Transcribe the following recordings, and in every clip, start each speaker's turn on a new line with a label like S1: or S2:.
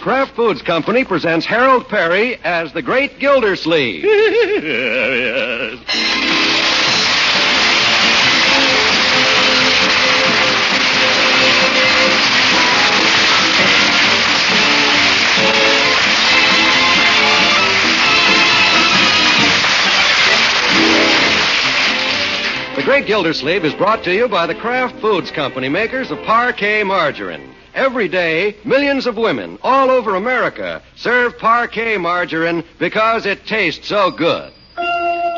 S1: Kraft Foods Company presents Harold Perry as the Great Gildersleeve. The Great Gildersleeve is brought to you by the Kraft Foods Company, makers of parquet margarine. Every day, millions of women all over America serve parquet margarine because it tastes so good.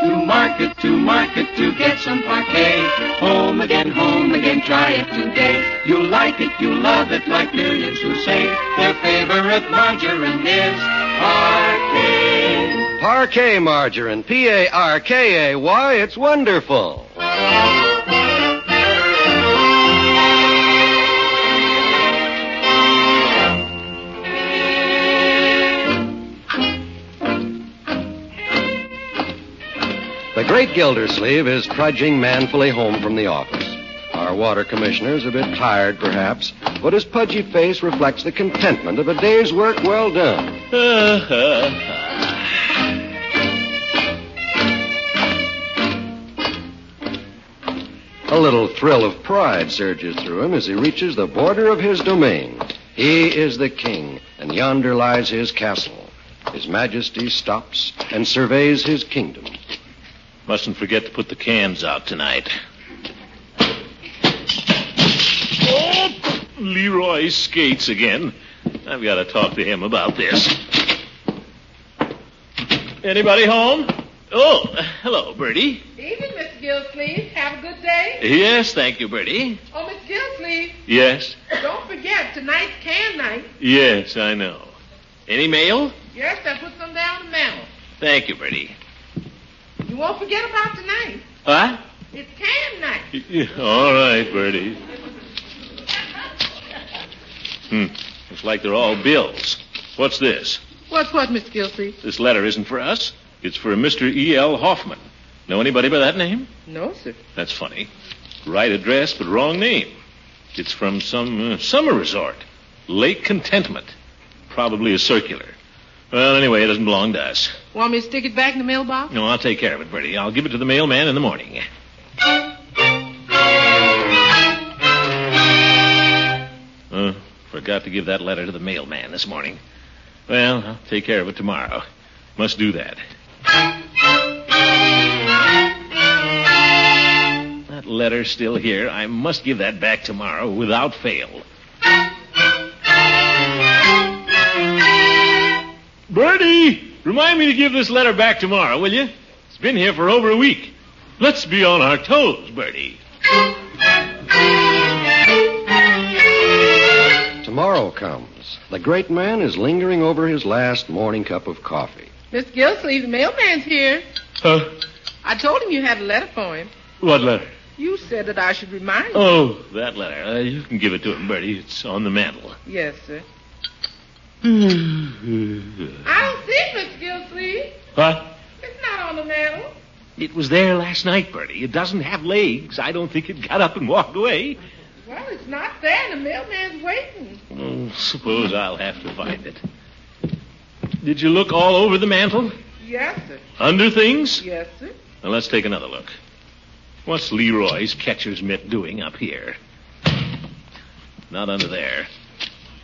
S2: To market, to market, to get some parquet. Home again, home again, try it today. You'll like it, you'll love it, like millions who say their favorite margarine is parquet.
S1: Parquet margarine, P A R K A Y, it's wonderful. The great Gildersleeve is trudging manfully home from the office. Our water commissioner is a bit tired, perhaps, but his pudgy face reflects the contentment of a day's work well done. A little thrill of pride surges through him as he reaches the border of his domain. He is the king, and yonder lies his castle. His majesty stops and surveys his kingdom.
S3: Mustn't forget to put the cans out tonight. Oh, Leroy skates again. I've got to talk to him about this. Anybody home? Oh, hello, Bertie.
S4: Evening, Miss Gilsleeve. Have a good day.
S3: Yes, thank you, Bertie.
S4: Oh, Miss Gilsleeve,
S3: Yes,
S4: don't forget tonight's can night.
S3: yes, I know. Any mail?
S4: Yes, I put some down the mantel.
S3: Thank you, Bertie.
S4: You won't forget about tonight.
S3: Huh?
S4: It's can night.
S3: All right, Bertie. Hmm. Looks like they're all bills. What's this?
S4: What's what, Miss Gilsleeve?
S3: This letter isn't for us. It's for a Mr. E.L. Hoffman. Know anybody by that name?
S4: No, sir.
S3: That's funny. Right address, but wrong name. It's from some uh, summer resort. Lake Contentment. Probably a circular. Well, anyway, it doesn't belong to us.
S4: Want me to stick it back in the mailbox?
S3: No, I'll take care of it, Bertie. I'll give it to the mailman in the morning. Uh, forgot to give that letter to the mailman this morning. Well, I'll take care of it tomorrow. Must do that. That letter's still here. I must give that back tomorrow without fail. Bertie, remind me to give this letter back tomorrow, will you? It's been here for over a week. Let's be on our toes, Bertie.
S1: Tomorrow comes. The great man is lingering over his last morning cup of coffee.
S4: Miss Gilsleeve, the mailman's here.
S3: Huh?
S4: I told him you had a letter for him.
S3: What letter?
S4: You said that I should remind you.
S3: Oh, that letter. Uh, you can give it to him, Bertie. It's on the mantel.
S4: Yes, sir. I don't see it, Miss Gilsleeve.
S3: What?
S4: It's not on the mantel.
S3: It was there last night, Bertie. It doesn't have legs. I don't think it got up and walked away.
S4: Well, it's not there, and the mailman's waiting.
S3: Oh, suppose I'll have to find it. Did you look all over the mantel?
S4: Yes, sir.
S3: Under things?
S4: Yes, sir.
S3: Now let's take another look. What's Leroy's catcher's mitt doing up here? Not under there.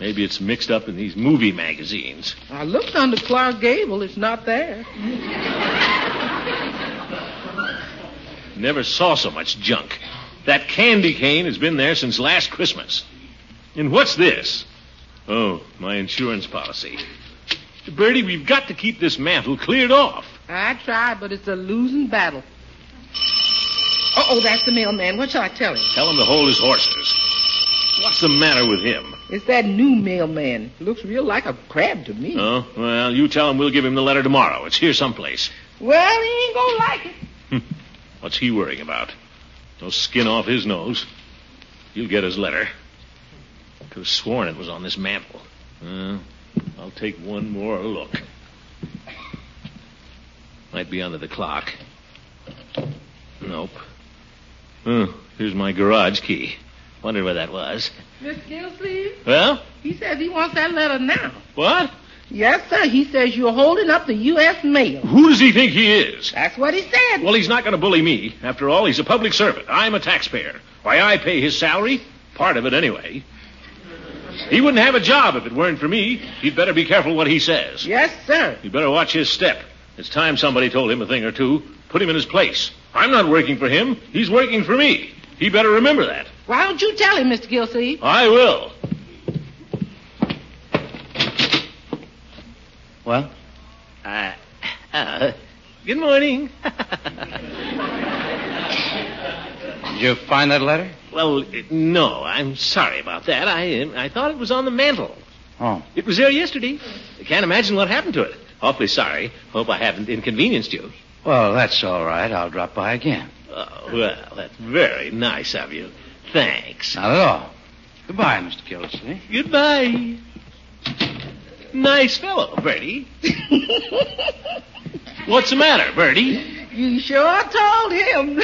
S3: Maybe it's mixed up in these movie magazines.
S4: I looked under Clark Gable. It's not there.
S3: Never saw so much junk. That candy cane has been there since last Christmas. And what's this? Oh, my insurance policy. Bertie, we've got to keep this mantle cleared off.
S4: I tried, but it's a losing battle. Uh-oh, that's the mailman. What shall I tell him?
S3: Tell him to hold his horses. What's the matter with him?
S4: It's that new mailman. Looks real like a crab to me.
S3: Oh, well, you tell him we'll give him the letter tomorrow. It's here someplace.
S4: Well, he ain't gonna like it.
S3: What's he worrying about? No skin off his nose. You'll get his letter. Could have sworn it was on this mantle. Well, I'll take one more look. Might be under the clock. Nope. Oh, here's my garage key. Wonder where that was.
S4: Mr. Gillsleeve,
S3: Well?
S4: he says he wants that letter now.
S3: What?
S4: Yes, sir. He says you're holding up the U.S. mail.
S3: Who does he think he is?
S4: That's what he said.
S3: Well, he's not going to bully me. After all, he's a public servant. I'm a taxpayer. Why, I pay his salary. Part of it, anyway. He wouldn't have a job if it weren't for me. He'd better be careful what he says.
S4: Yes, sir.
S3: He'd better watch his step. It's time somebody told him a thing or two. Put him in his place. I'm not working for him. He's working for me. He better remember that.
S4: Why don't you tell him, Mr. Gillsleeve?
S3: I will.
S5: Well? Uh, uh,
S3: Good morning.
S5: did you find that letter?
S3: well, uh, no, I'm sorry about that. I uh, I thought it was on the mantel.
S5: Oh.
S3: It was there yesterday. I can't imagine what happened to it. Awfully sorry. Hope I haven't inconvenienced you.
S5: Well, that's all right. I'll drop by again.
S3: Oh, well, that's very nice of you. Thanks.
S5: Not at all. Goodbye, Mr. Gildersleeve.
S3: Goodbye. Nice fellow, Bertie. What's the matter, Bertie?
S4: You sure told him.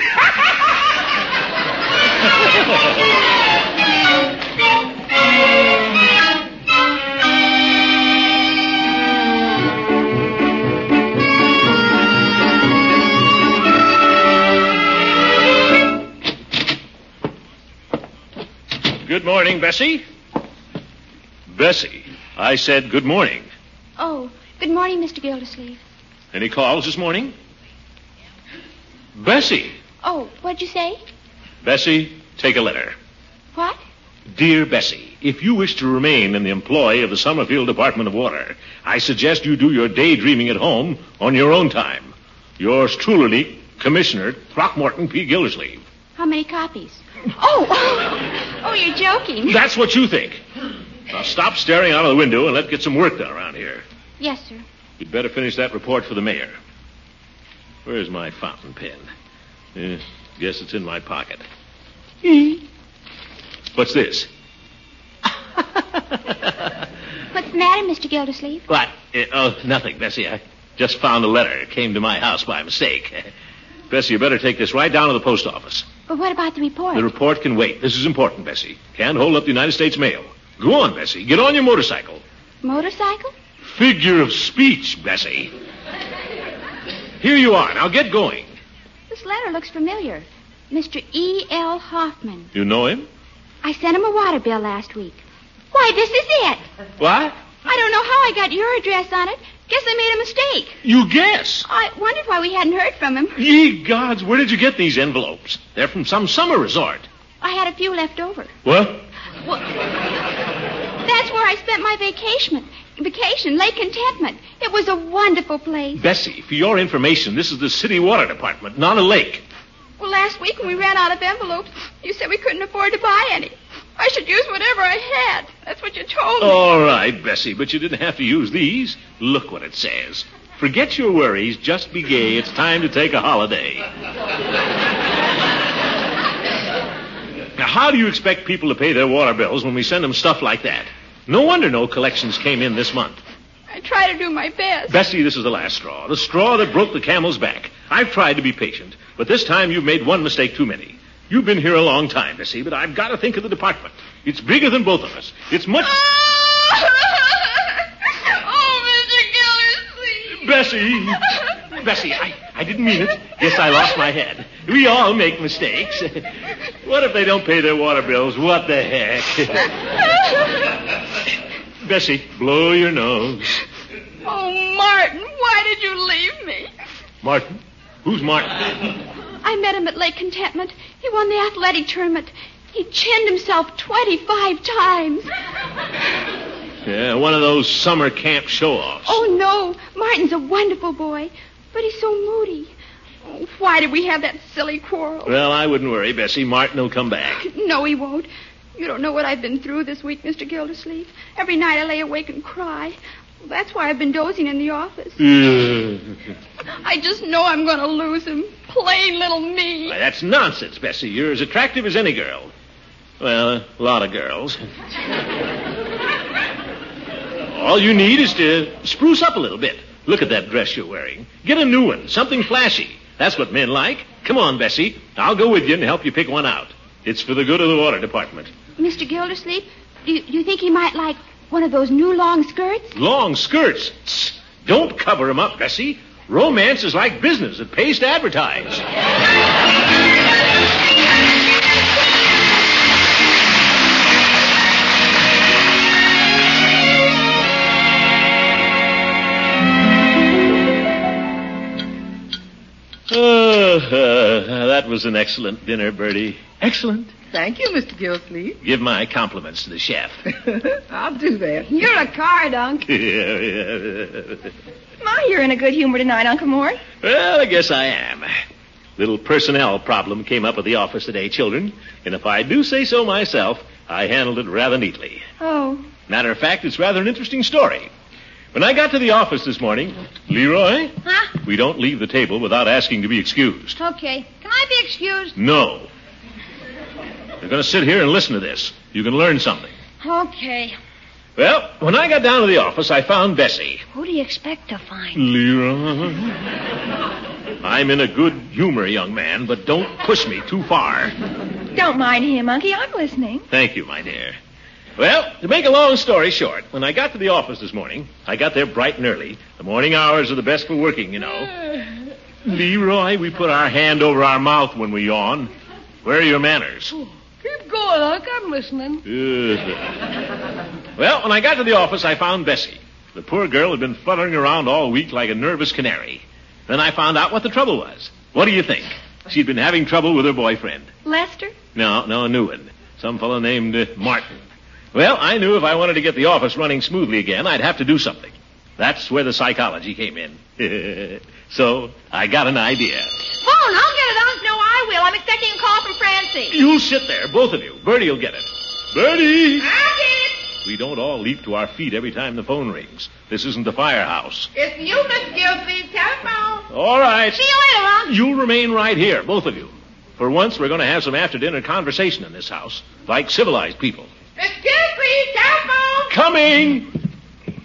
S3: Good morning, Bessie. Bessie, I said good morning.
S6: Oh, good morning, Mr. Gildersleeve.
S3: Any calls this morning? Bessie.
S6: Oh, what'd you say?
S3: Bessie, take a letter.
S6: What?
S3: Dear Bessie, if you wish to remain in the employ of the Summerfield Department of Water, I suggest you do your daydreaming at home on your own time. Yours truly, Commissioner Throckmorton P. Gildersleeve.
S6: How many copies? Oh, oh, oh, you're joking.
S3: That's what you think. Now stop staring out of the window and let's get some work done around here.
S6: Yes, sir.
S3: You'd better finish that report for the mayor. Where's my fountain pen? Eh, guess it's in my pocket. What's this?
S6: What's the matter, Mr. Gildersleeve?
S3: What? Uh, oh, nothing, Bessie. I just found a letter. It came to my house by mistake. Bessie, you better take this right down to the post office.
S6: But what about the report?
S3: The report can wait. This is important, Bessie. Can't hold up the United States mail. Go on, Bessie. Get on your motorcycle.
S6: Motorcycle?
S3: Figure of speech, Bessie. Here you are. Now get going.
S6: This letter looks familiar. Mr. E. L. Hoffman.
S3: You know him?
S6: I sent him a water bill last week. Why, this is it.
S3: What?
S6: I don't know how I got your address on it. Guess I made a mistake.
S3: You guess.
S6: I wondered why we hadn't heard from him.
S3: Ye gods, where did you get these envelopes? They're from some summer resort.
S6: I had a few left over.
S3: What?
S6: Well, that's where I spent my vacation. Vacation, Lake Contentment. It was a wonderful place.
S3: Bessie, for your information, this is the city water department, not a lake.
S6: Well, last week when we ran out of envelopes, you said we couldn't afford to buy any. I should use whatever I had. That's what you told me.
S3: All right, Bessie, but you didn't have to use these. Look what it says. Forget your worries, just be gay. It's time to take a holiday. now, how do you expect people to pay their water bills when we send them stuff like that? No wonder no collections came in this month.
S6: I try to do my best.
S3: Bessie, this is the last straw, the straw that broke the camel's back. I've tried to be patient, but this time you've made one mistake too many. You've been here a long time, Bessie, but I've got to think of the department. It's bigger than both of us. It's much.
S6: oh, Mr. Gildersleeve.
S3: Bessie! Bessie, I, I didn't mean it. Yes, I lost my head. We all make mistakes. what if they don't pay their water bills? What the heck? Bessie, blow your nose.
S6: oh, Martin, why did you leave me?
S3: Martin? Who's Martin?
S6: I met him at Lake Contentment. He won the athletic tournament. He chinned himself 25 times.
S3: Yeah, one of those summer camp show offs.
S6: Oh, no. Martin's a wonderful boy, but he's so moody. Oh, why did we have that silly quarrel?
S3: Well, I wouldn't worry, Bessie. Martin will come back.
S6: No, he won't. You don't know what I've been through this week, Mr. Gildersleeve. Every night I lay awake and cry. That's why I've been dozing in the office. I just know I'm going to lose him. Plain little me.
S3: Why, that's nonsense, Bessie. You're as attractive as any girl. Well, a lot of girls. All you need is to spruce up a little bit. Look at that dress you're wearing. Get a new one, something flashy. That's what men like. Come on, Bessie. I'll go with you and help you pick one out. It's for the good of the water department.
S6: Mr. Gildersleeve, do you, do you think he might like one of those new long skirts?
S3: Long skirts. Tss. Don't cover him up, Bessie. Romance is like business. It pays to advertise. Oh, uh, that was an excellent dinner, Bertie. Excellent.
S4: Thank you, Mr. Gildersleeve.
S3: Give my compliments to the chef.
S4: I'll do that.
S6: You're a card, Unc. My, you're in a good humor tonight, Uncle Mort.
S3: Well, I guess I am. Little personnel problem came up at the office today, children. And if I do say so myself, I handled it rather neatly.
S6: Oh,
S3: Matter of fact, it's rather an interesting story. When I got to the office this morning, Leroy,
S7: Huh?
S3: we don't leave the table without asking to be excused.
S7: Okay. Can I be excused?
S3: No. You're going to sit here and listen to this. You can learn something.
S7: Okay.
S3: Well, when I got down to the office, I found Bessie.
S7: Who do you expect to find?
S3: Leroy. I'm in a good humor, young man, but don't push me too far.
S6: don't mind him, Uncle. I'm listening.
S3: Thank you, my dear. Well, to make a long story short, when I got to the office this morning, I got there bright and early. The morning hours are the best for working, you know. Leroy, we put our hand over our mouth when we yawn. Where are your manners?
S4: Keep going, Unc. I'm listening.
S3: well, when I got to the office, I found Bessie. The poor girl had been fluttering around all week like a nervous canary. Then I found out what the trouble was. What do you think? She'd been having trouble with her boyfriend.
S6: Lester?
S3: No, no, a new one. Some fellow named uh, Martin. Well, I knew if I wanted to get the office running smoothly again, I'd have to do something. That's where the psychology came in. so I got an idea.
S7: Phone. I'll get it, Unc. No, I will. I'm expecting a call from Francie.
S3: You'll sit there, both of you. Bertie'll get it.
S7: I'll
S3: Bertie!
S7: get
S3: We don't all leap to our feet every time the phone rings. This isn't the firehouse.
S4: It's you, Mr. Gildersleeve. Telephone.
S3: All right.
S7: See you later, Unc.
S3: You'll remain right here, both of you. For once, we're going to have some after dinner conversation in this house, like civilized people.
S4: Mr. Gildersleeve, telephone.
S3: Coming!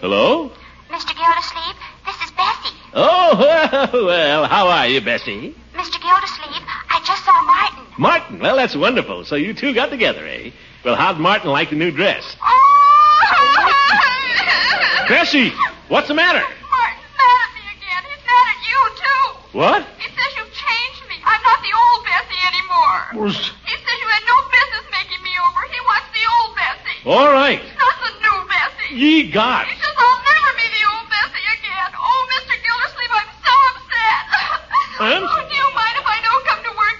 S3: Hello?
S8: Mr. Gildersleeve, this is Bessie.
S3: Oh, well, how are you, Bessie?
S8: Mr. Gildersleeve, I just saw Martin.
S3: Martin, well, that's wonderful. So you two got together, eh? Well, how'd Martin like the new dress?
S8: Oh!
S3: Bessie, what's the matter?
S8: Martin's mad at me again. He's mad at you, too.
S3: What?
S8: He says you've changed me. I'm not the old Bessie anymore. He says you had no business making me over. He wants the old Bessie,
S3: All right.
S8: not the new Bessie.
S3: Ye gods.
S8: He says I'll never be the old Bessie again. Oh, Mr. Gildersleeve, I'm so upset.
S3: I'm-
S8: Oh, do you mind if I don't come to work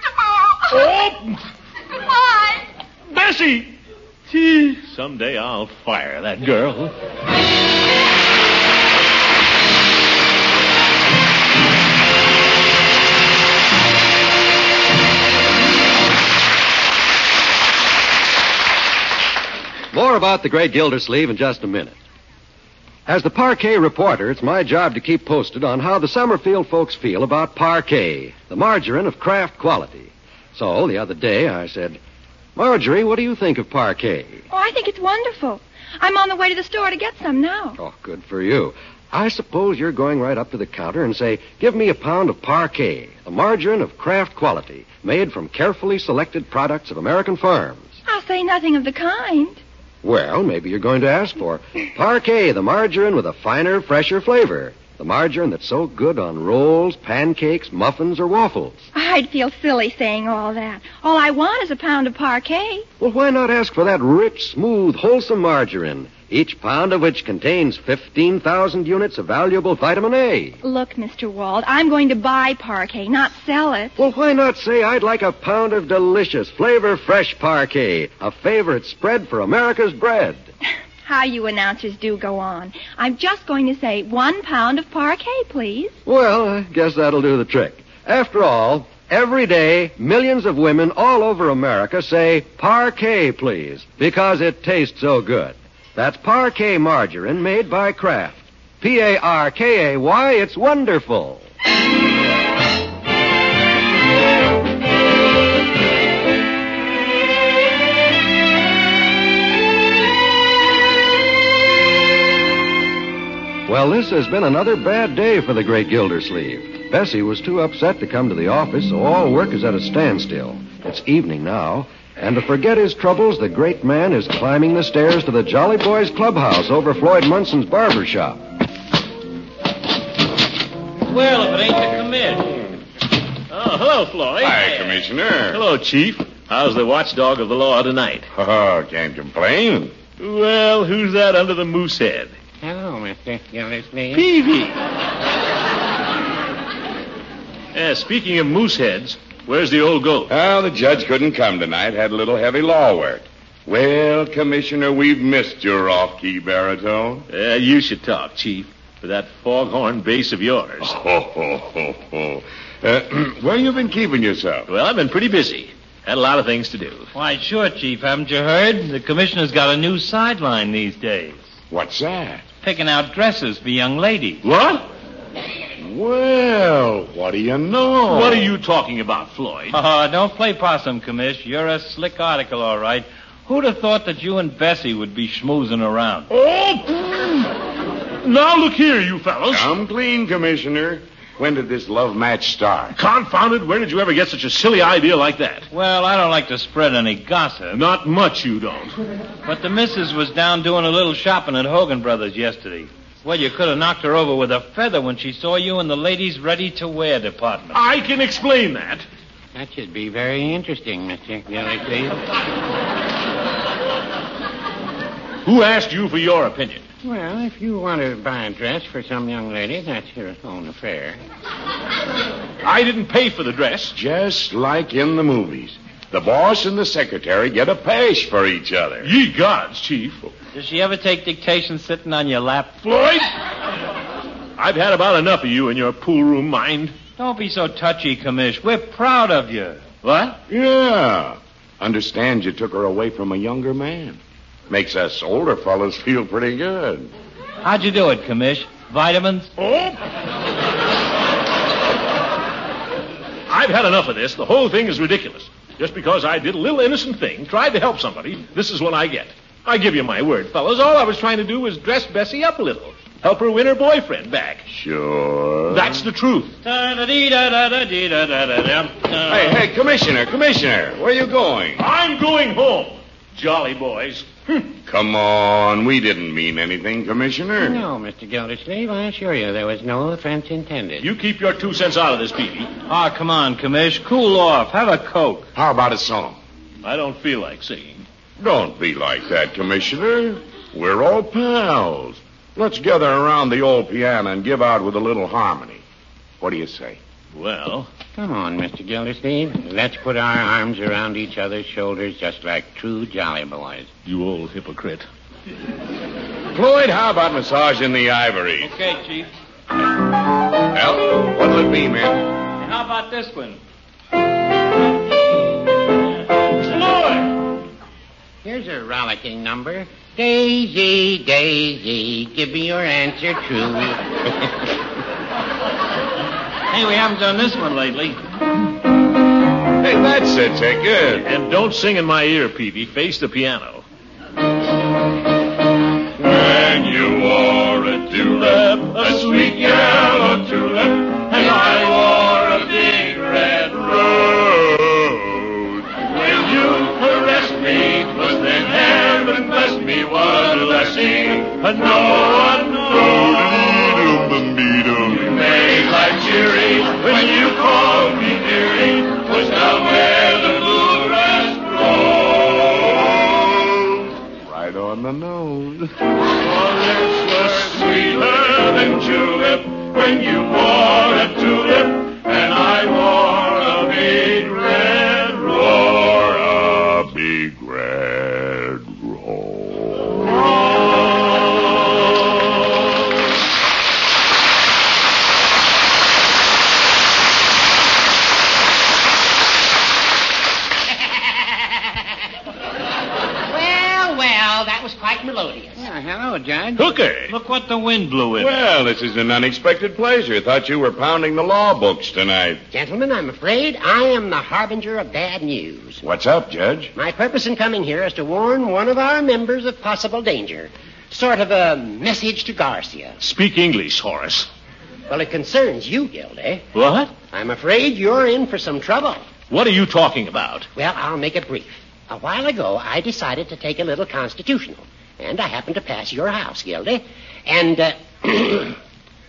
S8: tomorrow?
S3: Oh,
S8: Goodbye.
S3: Bessie! Gee, someday I'll fire that girl.
S1: More about the great Gildersleeve in just a minute. As the parquet reporter, it's my job to keep posted on how the Summerfield folks feel about parquet, the margarine of craft quality. So the other day I said, Marjorie, what do you think of parquet?
S6: Oh, I think it's wonderful. I'm on the way to the store to get some now.
S1: Oh, good for you. I suppose you're going right up to the counter and say, Give me a pound of parquet, the margarine of craft quality, made from carefully selected products of American farms.
S6: I'll say nothing of the kind.
S1: Well, maybe you're going to ask for parquet, the margarine with a finer, fresher flavor. The margarine that's so good on rolls, pancakes, muffins, or waffles.
S6: I'd feel silly saying all that. All I want is a pound of parquet.
S1: Well, why not ask for that rich, smooth, wholesome margarine, each pound of which contains 15,000 units of valuable vitamin A?
S6: Look, Mr. Wald, I'm going to buy parquet, not sell it.
S1: Well, why not say I'd like a pound of delicious, flavor fresh parquet, a favorite spread for America's bread?
S6: How you announcers do go on. I'm just going to say one pound of parquet, please.
S1: Well, I guess that'll do the trick. After all, every day, millions of women all over America say, Parquet, please, because it tastes so good. That's parquet margarine made by Kraft. P A R K A Y, it's wonderful. Well, this has been another bad day for the great Gildersleeve. Bessie was too upset to come to the office, so all work is at a standstill. It's evening now. And to forget his troubles, the great man is climbing the stairs to the Jolly Boys Clubhouse over Floyd Munson's barber shop.
S3: Well, if it ain't to come in. Oh, hello, Floyd.
S9: Hi, Commissioner.
S3: Hello, Chief. How's the watchdog of the law tonight?
S9: Oh, can't complain.
S3: Well, who's that under the moose head?
S5: Hello, Mr. Gildersleeve.
S3: Peavy. yeah, Eh, speaking of moose heads, where's the old goat?
S9: Oh, the judge couldn't come tonight. Had a little heavy law work. Well, Commissioner, we've missed your off-key baritone.
S3: Uh, you should talk, Chief, with that foghorn bass of yours.
S9: Ho, ho, ho, ho. Uh, where you been keeping yourself?
S3: Well, I've been pretty busy. Had a lot of things to do.
S10: Why, sure, Chief. Haven't you heard? The commissioner's got a new sideline these days.
S9: What's that?
S10: Picking out dresses for young ladies.
S3: What?
S9: Well, what do you know?
S3: What are you talking about, Floyd?
S10: Oh, don't play possum, Commish. You're a slick article, all right. Who'd have thought that you and Bessie would be schmoozing around?
S3: Oh! now look here, you fellows.
S9: Come clean, Commissioner. When did this love match start?
S3: Confounded, where did you ever get such a silly idea like that?
S10: Well, I don't like to spread any gossip.
S3: Not much, you don't.
S10: But the missus was down doing a little shopping at Hogan Brothers yesterday. Well, you could have knocked her over with a feather when she saw you in the ladies' ready-to-wear department.
S3: I can explain that.
S5: That should be very interesting, Mr. Gildersleeve.
S3: Who asked you for your opinion?
S5: Well, if you want to buy a dress for some young lady, that's your own affair.
S3: I didn't pay for the dress.
S9: Just like in the movies. The boss and the secretary get a pash for each other.
S3: Ye gods, Chief.
S10: Does she ever take dictation sitting on your lap?
S3: Floyd! I've had about enough of you and your pool room mind.
S10: Don't be so touchy, Commish. We're proud of you.
S3: What?
S9: Yeah. Understand you took her away from a younger man. Makes us older fellas feel pretty good.
S10: How'd you do it, Commish? Vitamins?
S3: Oh! I've had enough of this. The whole thing is ridiculous. Just because I did a little innocent thing, tried to help somebody, this is what I get. I give you my word, fellas. All I was trying to do was dress Bessie up a little. Help her win her boyfriend back.
S9: Sure.
S3: That's the truth.
S9: Hey,
S10: Hey,
S9: hey, Commissioner, Commissioner, where you going?
S3: I'm going home. Jolly boys.
S9: Come on, we didn't mean anything, Commissioner.
S5: No, Mr. Gildersleeve, I assure you there was no offense intended.
S3: You keep your two cents out of this, Peavy.
S10: Ah, come on, Commish. Cool off. Have a Coke.
S9: How about a song?
S3: I don't feel like singing.
S9: Don't be like that, Commissioner. We're all pals. Let's gather around the old piano and give out with a little harmony. What do you say?
S3: Well,
S5: Come on, Mr. Gildersleeve. Let's put our arms around each other's shoulders just like true jolly boys.
S3: you old hypocrite.
S9: Floyd, how about massaging the ivory?
S10: Okay, Chief.
S9: Well, what'll it be, man?
S10: And how about this one?
S5: Here's a rollicking number. Daisy, Daisy, give me your answer true.
S10: Hey, we haven't done this one lately.
S9: Hey, that's it. Take good.
S3: And don't sing in my ear, Peavy. Face the piano.
S9: And you are a tulip, a sweet yellow tulip, and I wore a big red rose. Will you caress me? Was then heaven bless me? What a blessing! And no one knows. You made life cheery when you called me dearie. Was down where the bluegrass grows. Right on the nose. Your lips were sweeter than tulip when you wore a tulip, and I wore a big red rose. Wore a big red rose.
S11: Well, well, that was quite melodious.
S5: Yeah, hello, Judge.
S3: Hooker!
S10: Look what the wind blew in.
S9: Well, this is an unexpected pleasure. Thought you were pounding the law books tonight.
S11: Gentlemen, I'm afraid I am the harbinger of bad news.
S9: What's up, Judge?
S11: My purpose in coming here is to warn one of our members of possible danger. Sort of a message to Garcia.
S3: Speak English, Horace.
S11: Well, it concerns you, Gildy.
S3: What?
S11: I'm afraid you're in for some trouble.
S3: What are you talking about?
S11: Well, I'll make it brief. A while ago, I decided to take a little constitutional, and I happened to pass your house, Gildy. And, uh,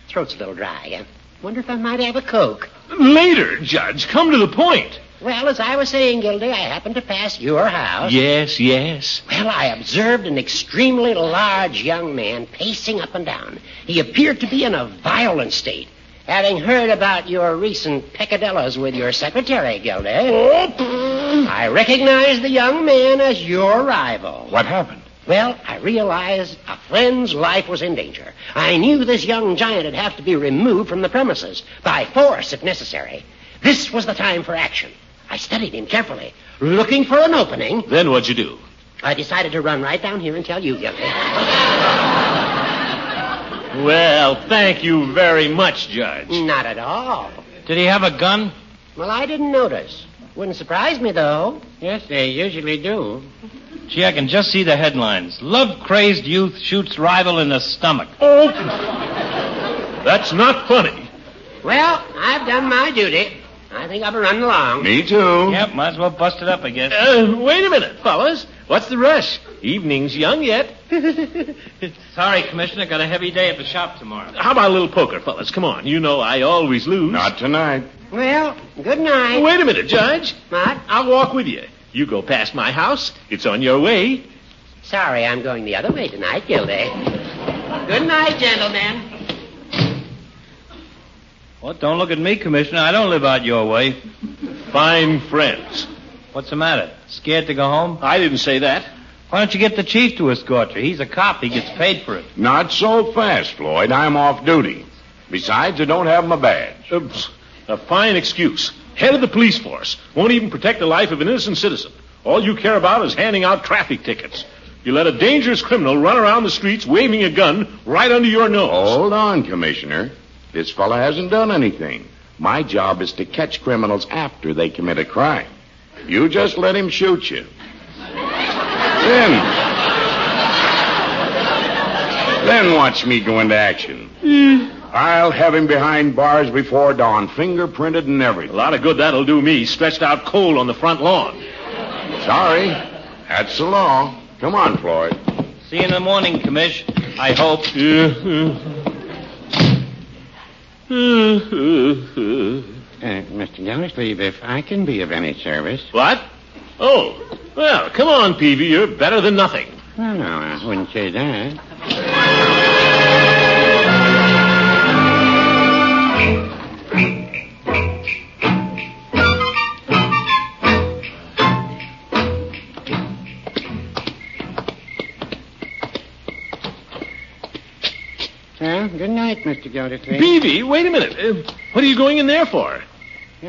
S11: throat's a little dry. I wonder if I might have a Coke.
S3: Later, Judge. Come to the point.
S11: Well, as I was saying, Gildy, I happened to pass your house.
S3: Yes, yes.
S11: Well, I observed an extremely large young man pacing up and down. He appeared to be in a violent state. Having heard about your recent peccadillos with your secretary, Gildy,
S9: Oh.
S11: I recognized the young man as your rival.
S9: What happened?
S11: Well, I realized a friend's life was in danger. I knew this young giant would have to be removed from the premises by force if necessary. This was the time for action. I studied him carefully, looking for an opening.
S3: Then what'd you do?
S11: I decided to run right down here and tell you, Gildy.
S3: Well, thank you very much, Judge.
S11: Not at all.
S10: Did he have a gun?
S11: Well, I didn't notice. Wouldn't surprise me, though.
S5: Yes, they usually do.
S10: Gee, I can just see the headlines. Love crazed youth shoots rival in the stomach.
S3: Oh! That's not funny.
S11: Well, I've done my duty. I think I'll be running along.
S9: Me too.
S10: Yep, might as well bust it up, I guess.
S3: Uh, wait a minute, fellas. What's the rush? Evening's young yet.
S10: Sorry, Commissioner, got a heavy day at the shop tomorrow.
S3: How about a little poker, fellas? Come on. You know I always lose.
S9: Not tonight.
S11: Well, good night.
S3: Wait a minute, Judge.
S11: What?
S3: I'll walk with you. You go past my house. It's on your way.
S11: Sorry, I'm going the other way tonight, Gildy. good night, gentlemen.
S10: Well, don't look at me, Commissioner. I don't live out your way.
S3: Fine friends.
S10: What's the matter? Scared to go home?
S3: I didn't say that.
S10: Why don't you get the chief to escort you? He's a cop. He gets paid for it.
S9: Not so fast, Floyd. I'm off duty. Besides, I don't have my badge.
S3: Oops. A fine excuse. Head of the police force. Won't even protect the life of an innocent citizen. All you care about is handing out traffic tickets. You let a dangerous criminal run around the streets waving a gun right under your nose.
S9: Hold on, Commissioner. This fella hasn't done anything. My job is to catch criminals after they commit a crime. You just let him shoot you. Then. Then watch me go into action. I'll have him behind bars before dawn, fingerprinted and
S3: A
S9: everything.
S3: lot of good that'll do me, stretched out cold on the front lawn.
S9: Sorry. That's the law. Come on, Floyd.
S10: See you in the morning, Commish. I hope.
S5: Uh, Mr. Gildersleeve, if I can be of any service.
S3: What? Oh, well, come on, Peavy. You're better than nothing.
S5: Well, no, I wouldn't say that. Well, good night, Mr. Gildersleeve.
S3: Peavy, wait a minute. Uh, what are you going in there for?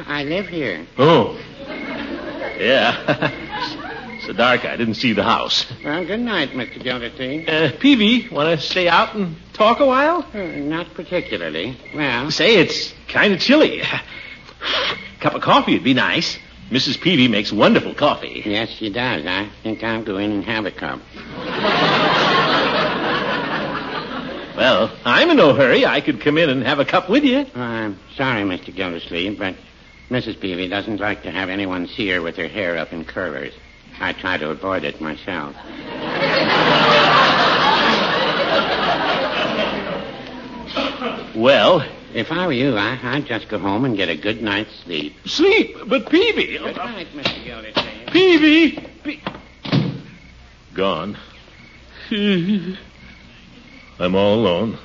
S5: I live here.
S3: Oh. Yeah. so dark, I didn't see the house.
S5: Well, good night, Mr. Gildersleeve.
S3: Uh, Peavy, want to stay out and talk a while?
S5: Uh, not particularly. Well,
S3: Say, it's kind of chilly. Cup of coffee would be nice. Mrs. Peavy makes wonderful coffee.
S5: yes, she does. I think I'll go in and have a cup.
S3: Well, I'm in no hurry. I could come in and have a cup with you.
S5: Well, I'm sorry, Mr. Gildersleeve, but Mrs. Peavy doesn't like to have anyone see her with her hair up in curlers. I try to avoid it myself.
S3: Well,
S5: If I were you, I, I'd just go home and get a good night's sleep.
S3: sleep. But Peavy.
S5: Good night, Mr. Gildersleeve.
S3: Peavy! Pe- Gone. I'm all alone.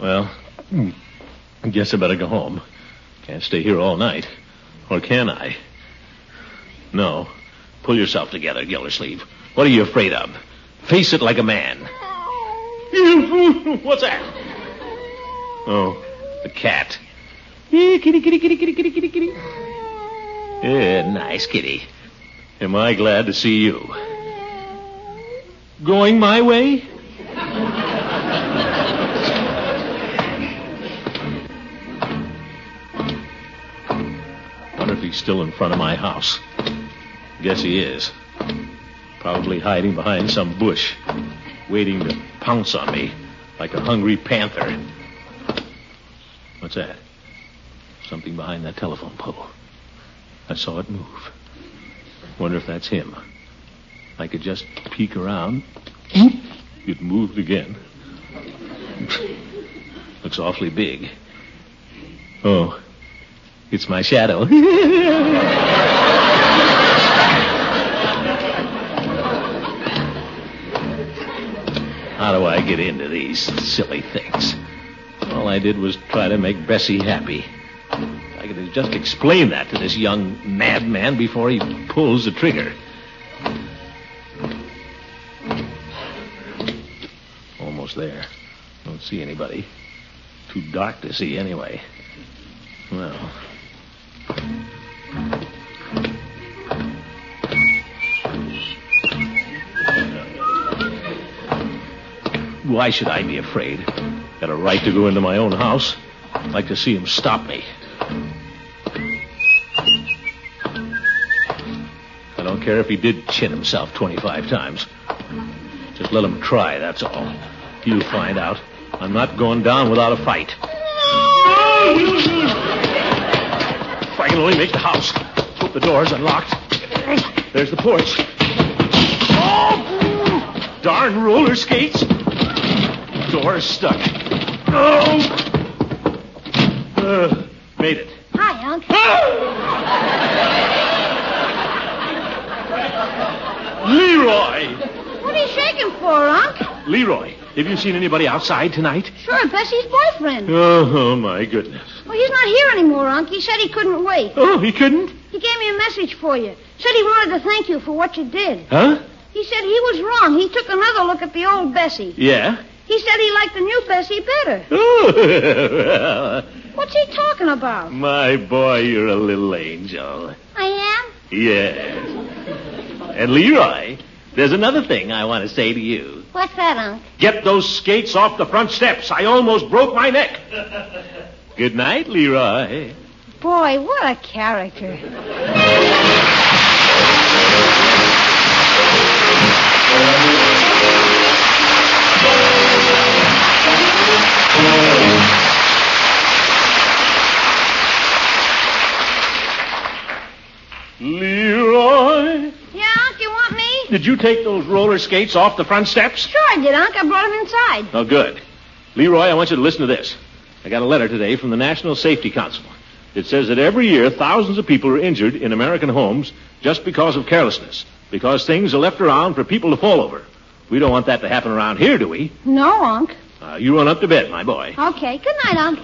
S3: Well, I guess I better go home. Can't stay here all night. Or can I? No. Pull yourself together, Gildersleeve. What are you afraid of? Face it like a man. What's that? Oh, the cat. Yeah, kitty, kitty, kitty, kitty, kitty, kitty, kitty. Yeah, nice kitty. Am I glad to see you? Going my way? Wonder if he's still in front of my house. Guess he is. Probably hiding behind some bush, waiting to pounce on me like a hungry panther. What's that? Something behind that telephone pole. I saw it move. Wonder if that's him. I could just peek around. It moved again. Looks awfully big. Oh, it's my shadow. How do I get into these silly things? All I did was try to make Bessie happy. I could have just explained that to this young madman before he pulls the trigger. Almost there. Don't see anybody. Too dark to see anyway. Well. Why should I be afraid? Got a right to go into my own house. I'd like to see him stop me. I don't care if he did chin himself 25 times. Just let him try, that's all. You'll find out. I'm not going down without a fight. If I can only make the house. Hope the door's unlocked. There's the porch. Oh! Darn roller skates. Door is stuck. No! Uh, made it.
S12: Hi, Unc.
S3: Leroy!
S12: What are you shaking for, Unc?
S3: Leroy, have you seen anybody outside tonight?
S12: Sure, Bessie's boyfriend.
S3: Oh, oh, my goodness.
S12: Well, he's not here anymore, Unc. He said he couldn't wait.
S3: Oh, he couldn't?
S12: He gave me a message for you. Said he wanted to thank you for what you did.
S3: Huh?
S12: He said he was wrong. He took another look at the old Bessie.
S3: Yeah?
S12: He said he liked the new Bessie better.
S3: Oh,
S12: What's he talking about?
S3: my boy, you're a little angel.
S12: I am?
S3: Yes. And Leroy, there's another thing I want to say to you.
S12: What's that, Unc?
S3: Get those skates off the front steps. I almost broke my neck. Good night, Leroy.
S12: Boy, what a character.
S3: Leroy,
S12: Yeah, Unc, you want me?
S3: did you take those roller skates off the front steps?
S12: Sure I did, Unc. I brought him inside.
S3: Oh, good. Leroy, I want you to listen to this. I got a letter today from the National Safety Council. It says that every year thousands of people are injured in American homes just because of carelessness, because things are left around for people to fall over. We don't want that to happen around here, do we?
S12: No, Unc.
S3: Uh, you run up to bed, my boy.
S12: Okay, good night, Unc.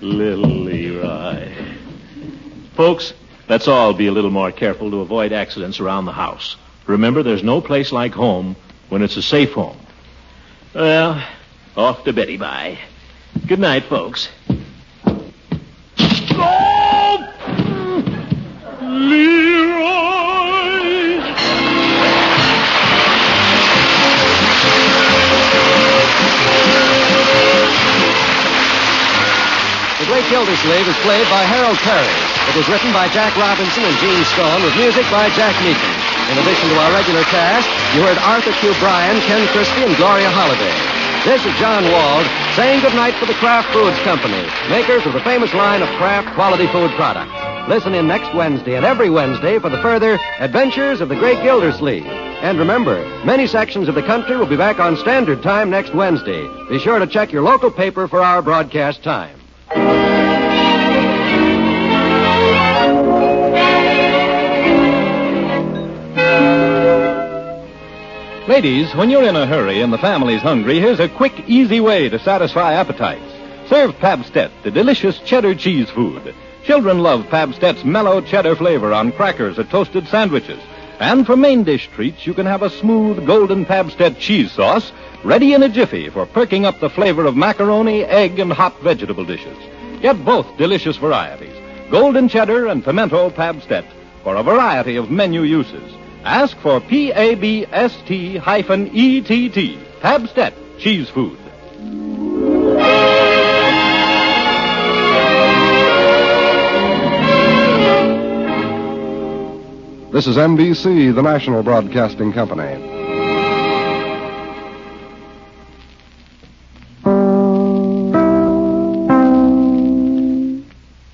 S3: Little Leroy. Folks, let's all be a little more careful to avoid accidents around the house. Remember, there's no place like home when it's a safe home. Well, off to Betty Bye. Good night, folks.
S1: The Great Gildersleeve is played by Harold Perry. It was written by Jack Robinson and Gene Stone with music by Jack Meakin. In addition to our regular cast, you heard Arthur Q. Bryan, Ken Christie, and Gloria Holliday. This is John Wald saying goodnight for the Kraft Foods Company, makers of the famous line of Kraft quality food products. Listen in next Wednesday and every Wednesday for the further Adventures of the Great Gildersleeve. And remember, many sections of the country will be back on standard time next Wednesday. Be sure to check your local paper for our broadcast time.
S13: Ladies, when you're in a hurry and the family's hungry, here's a quick, easy way to satisfy appetites. Serve Pabstet, the delicious cheddar cheese food. Children love Pabstet's mellow cheddar flavor on crackers or toasted sandwiches. And for main dish treats, you can have a smooth golden Pabstet cheese sauce ready in a jiffy for perking up the flavor of macaroni, egg, and hot vegetable dishes. Get both delicious varieties, golden cheddar and pimento Pabstet, for a variety of menu uses. Ask for P-A-B-S-T hyphen E-T-T, Pabstet cheese food.
S14: This is NBC, the national broadcasting company.